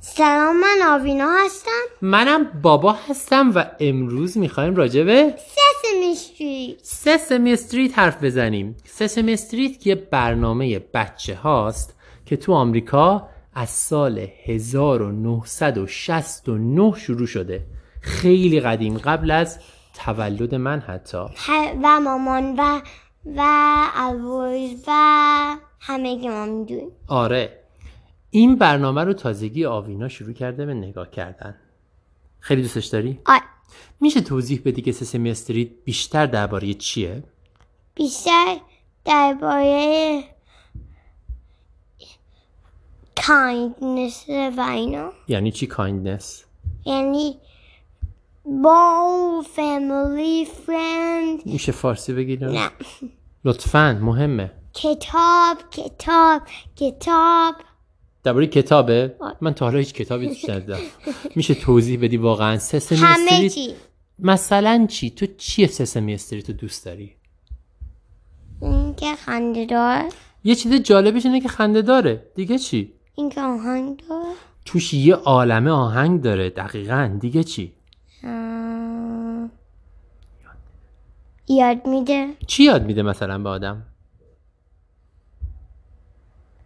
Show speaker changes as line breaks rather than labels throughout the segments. سلام من آوینا هستم
منم بابا هستم و امروز میخوایم راجع به
سسم استریت
سسم استریت حرف بزنیم سسم استریت یه برنامه بچه هاست که تو آمریکا از سال 1969 شروع شده خیلی قدیم قبل از تولد من حتی
ه- و مامان و و الویز و همه ما میدونیم
آره این برنامه رو تازگی آوینا شروع کرده به نگاه کردن خیلی دوستش داری؟
آ
میشه توضیح بدی که سسم استریت بیشتر درباره چیه؟
بیشتر درباره کایندنس و اینا
یعنی چی کایندنس؟
یعنی با فامیلی فرند
میشه فارسی بگیرم؟
نه
لطفا مهمه
کتاب کتاب کتاب
درباره کتابه
آره.
من تا حالا هیچ کتابی توش ندیدم میشه توضیح بدی واقعا سسم
همه
استریت
چی
مثلا چی تو چیه سسم استریت رو دوست داری
اینکه خنده دار
یه چیز جالبش اینه که خنده داره دیگه چی
اینکه آهنگ دار
توش یه عالمه آهنگ داره دقیقا دیگه چی
آه. یاد میده
چی یاد میده مثلا به آدم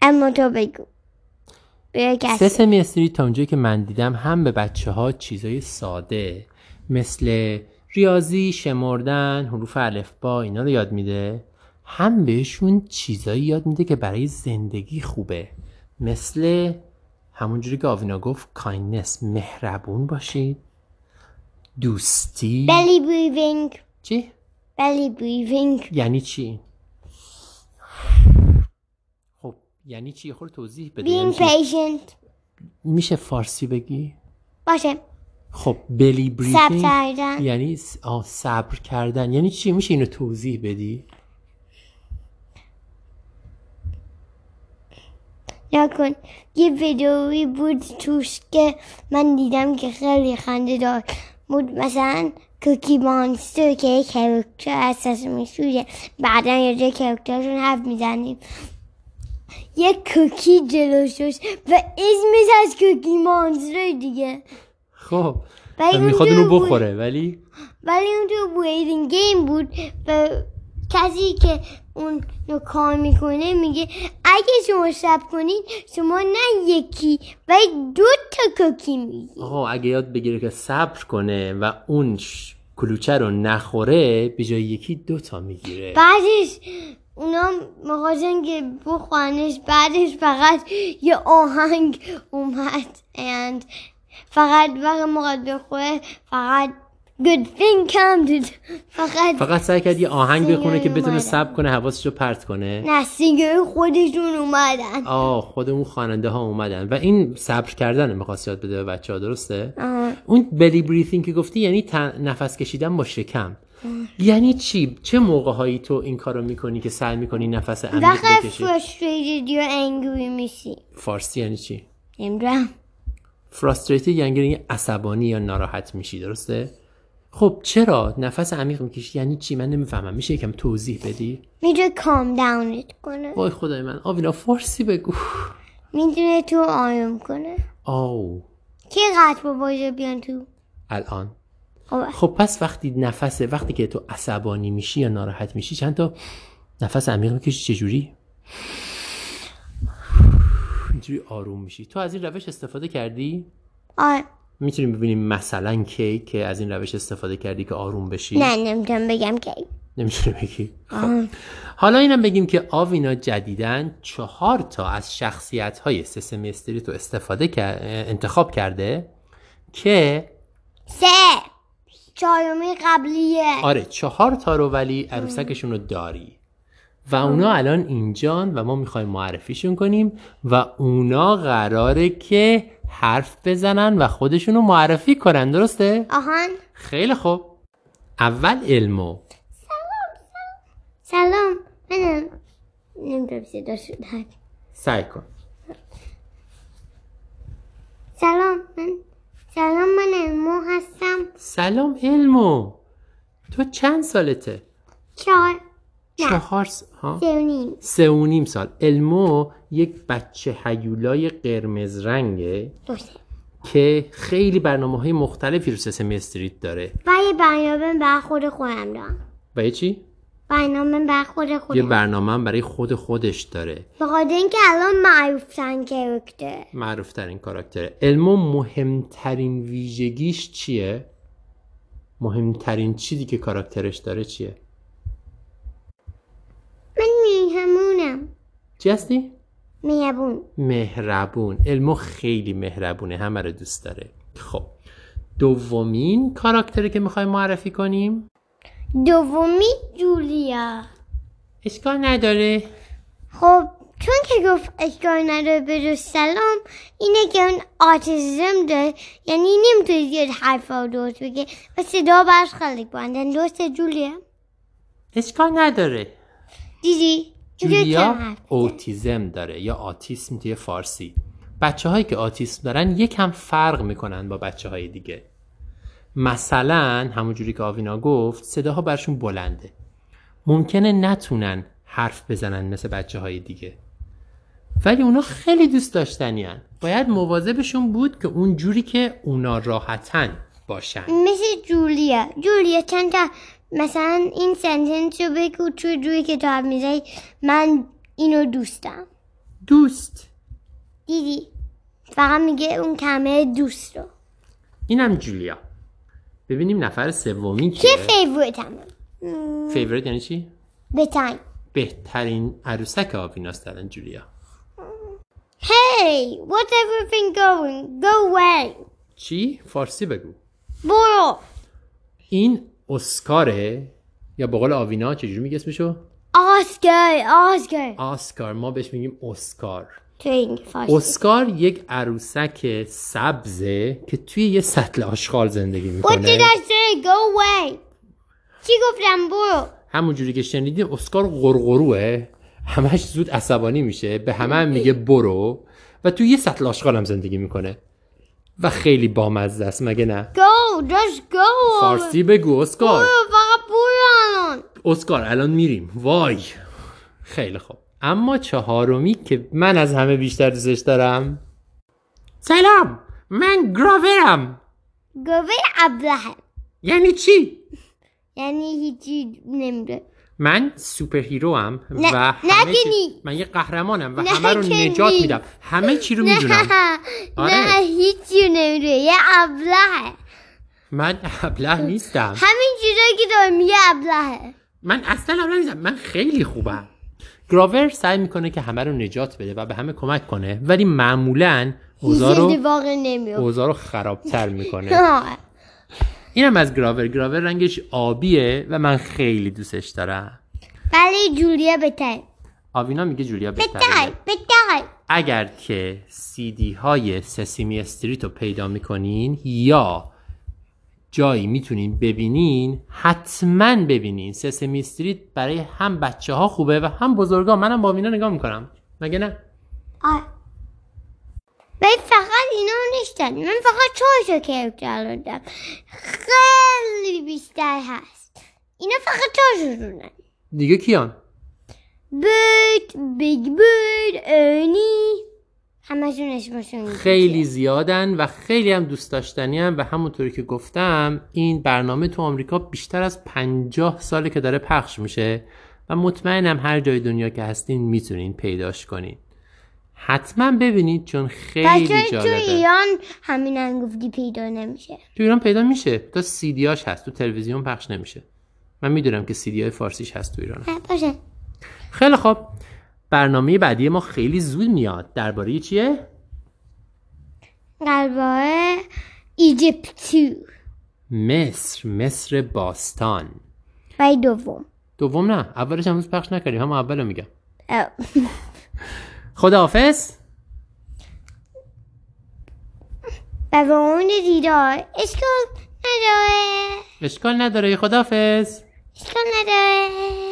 اما تو بگو بیا کسی
سسم استریت تا اونجایی که من دیدم هم به بچه ها چیزای ساده مثل ریاضی شمردن حروف الفبا اینا رو یاد میده هم بهشون چیزایی یاد میده که برای زندگی خوبه مثل همونجوری که آوینا گفت کایننس مهربون باشید دوستی
بلی بریوینگ
چی؟
بلی بریوینگ
یعنی چی؟ خب یعنی چی؟ یه خورده توضیح بده یعنی
being
چی؟
patient
میشه فارسی بگی؟
باشه
خب بلی
سب
بریفینگ
کردن
یعنی س- آه، صبر کردن یعنی چی میشه اینو توضیح بدی
یا کن یه ویدئویی بود توش که من دیدم که خیلی خنده دار بود مثلا کوکی مانستر که یه کرکتر اساس میشوده بعدا یه جای کرکترشون حرف میزنیم یه کوکی جلوشوش و اسمش از کوکی مانستر دیگه
خب
ولی
میخواد
اون
اونو
تو
بخوره ولی
ولی اون تو ویدین گیم بود و کسی که اون رو کار میکنه میگه اگه شما شب کنید شما نه یکی ولی دو تا کوکی میگی
آها اگه یاد بگیره که صبر کنه و اون ش... کلوچه رو نخوره به جای یکی دوتا میگیره
بعدش اونا مخواستن که بخوانش بعدش فقط یه آهنگ اومد and فقط وقت مقاد بخوره فقط good thing counted فقط
فقط سعی کرد یه آهنگ بخونه که
سینگرای
بتونه
اومدن.
صبر کنه حواسش رو پرت کنه
نه سینگر خودشون اومدن
آه خود اون خواننده ها اومدن و این صبر کردنه میخواست یاد بده به بچه ها درسته
آه.
اون بلی بریثینگ که گفتی یعنی تن- نفس کشیدن با شکم یعنی چی چه موقع هایی تو این کارو میکنی که سعی میکنی نفس عمیق
وقتی
بکشی
frustrated یا angry میشی
فارسی یعنی چی
نمیدونم
فراستریت یعنی یعنی عصبانی یا ناراحت میشی درسته خب چرا نفس عمیق میکشی یعنی چی من نمیفهمم میشه یکم توضیح بدی
میتونه کام داونت کنه
وای خدای من آوینا فارسی بگو
میتونه تو آروم کنه
آو
که قطع با بازه بیان تو
الان
خب
خب پس وقتی نفس وقتی که تو عصبانی میشی یا ناراحت میشی چند تا نفس عمیق میکشی چجوری اینجوری آروم میشی تو از این روش استفاده کردی
آه.
میتونیم ببینیم مثلا کی که از این روش استفاده کردی که آروم بشی
نه نمیتونم بگم که
نمیتونی بگی خب. حالا اینم بگیم که آوینا جدیدن چهار تا از شخصیت های سسم استریت رو استفاده کر- انتخاب کرده که
سه چهارمی قبلیه
آره چهار تا رو ولی عروسکشون رو داری و اونا الان اینجان و ما میخوایم معرفیشون کنیم و اونا قراره که حرف بزنن و خودشون رو معرفی کنن درسته؟
آهان
خیلی خوب اول علمو
سلام منم نمیتونم صدا شدن
سعی کن
سلام من سلام من امو هستم
سلام علمو تو چند سالته؟
چهار نه.
چهار س... ها؟
سه و نیم
سه و نیم سال علمو یک بچه حیولای قرمز رنگه
درسته.
که خیلی برنامه های مختلفی رو سسم استریت داره
و یه برنامه بر خود خودم دارم
و یه چی؟
برنامه بر خود
یه
خودم
برنامه هم برای خود خودش داره
به خاطر اینکه الان معروفترین کرکتر
معروف ترین کاراکتره علمو مهمترین ویژگیش چیه؟ مهمترین چیزی که کاراکترش داره چیه؟
من میهمونم
چی هستی؟
میهبون
مهربون علمو خیلی مهربونه همه رو دوست داره خب دومین کاراکتری که میخوایم معرفی کنیم
دومی جولیا
اشکال نداره
خب چون که گفت اشکال نداره برو سلام اینه که اون آتیزم داره یعنی نمیتونی زیاد حرف رو درست بگه و صدا برش خیلی بندن درست جولیا
اشکال نداره
دیدی
جولیا
کم حرف می‌زنه.
اوتیزم داره یا آتیسم توی فارسی بچه هایی که آتیسم دارن یکم فرق میکنن با بچه های دیگه مثلا همونجوری که آوینا گفت صداها برشون بلنده ممکنه نتونن حرف بزنن مثل بچه های دیگه ولی اونا خیلی دوست داشتنی باید مواظبشون بود که اون جوری که اونا راحتن باشن
مثل جولیا جولیا چند تا مثلا این سنتنس رو بگو تو جوری که تو میزنی من اینو دوستم
دوست
دیدی فقط میگه اون کلمه دوست رو
اینم جولیا ببینیم نفر سومی
که
کیه
فیوریت همه
فیوریت یعنی چی
بتاین
بهترین عروسک آویناس در جولیا
Hey, what's everything going? Go away.
چی؟ فارسی بگو
برو.
این اسکاره یا به قول آوینا چجوری میگه اسمشو؟
آسکر آسکر
آسکار ما بهش میگیم اسکار
تو این فارسی
اسکار یک عروسک سبزه که توی یه سطل آشغال زندگی
What did
میکنه
I say? Go away. چی گفتم برو؟
همون جوری که شنیدیم اسکار غرغروه همش زود عصبانی میشه به همه هم میگه برو و توی یه سطل آشغال هم زندگی میکنه و خیلی بامزه است مگه نه
Go, just go.
فارسی بگو اسکار
برو فقط برو الان.
اسکار الان میریم وای خیلی خوب اما چهارمی که من از همه بیشتر دوستش دارم سلام من گراورم
گاوه ابلهه
یعنی چی؟
یعنی هیچی نمیده
من سوپر هیروم
نه،
و همه
نکنی.
چی... من یه قهرمانم و
نکنی.
همه رو نجات میدم همه چی رو میدونم
نه
آره.
نه هیچی نمیده یه ابلهه
من ابله نیستم
همین چیزایی که دارم یه ابلهه
من اصلا ابله نیستم من خیلی خوبم گراور سعی میکنه که همه رو نجات بده و به همه کمک کنه ولی معمولا اوضاع
هیچ
رو
اتفاقی نمیفته
اوضاع رو خرابتر میکنه
آه.
اینم از گراور گراور رنگش آبیه و من خیلی دوستش دارم
ولی بله، جولیا بهتره
آوینا میگه جولیا
بهتر
بهتره
بهتر
اگر که سیدی های سسیمی استریت رو پیدا میکنین یا جایی میتونین ببینین حتما ببینین سسیمی استریت برای هم بچه ها خوبه و هم بزرگا منم با آوینا نگاه میکنم مگه نه
آه. ولی فقط اینا رو نیستن من فقط چهار تا کرکتر رو دارم خیلی بیشتر هست اینا فقط چهار تا دارن
دیگه کیان
بیت بیگ بیت ارنی همشون اسمشون
خیلی زیادن و خیلی هم دوست داشتنی هم و همونطوری که گفتم این برنامه تو آمریکا بیشتر از 50 ساله که داره پخش میشه و مطمئنم هر جای دنیا که هستین میتونین پیداش کنین حتما ببینید چون خیلی
بچه تو
جالبه
ایران همین هم گفتی پیدا نمیشه
تو ایران پیدا میشه تا سیدیاش هست تو تلویزیون پخش نمیشه من میدونم که سیدی های فارسیش هست تو ایران
نه، باشه
خیلی خب برنامه بعدی ما خیلی زود میاد درباره چیه
قلبه ایجیپتو
مصر مصر باستان
و دوم
دوم نه اولش هنوز پخش نکردیم هم اولو میگم
اه.
خداحافظ
برای اون دیدار اشکال نداره
اشکال نداره خداحافظ
اشکال نداره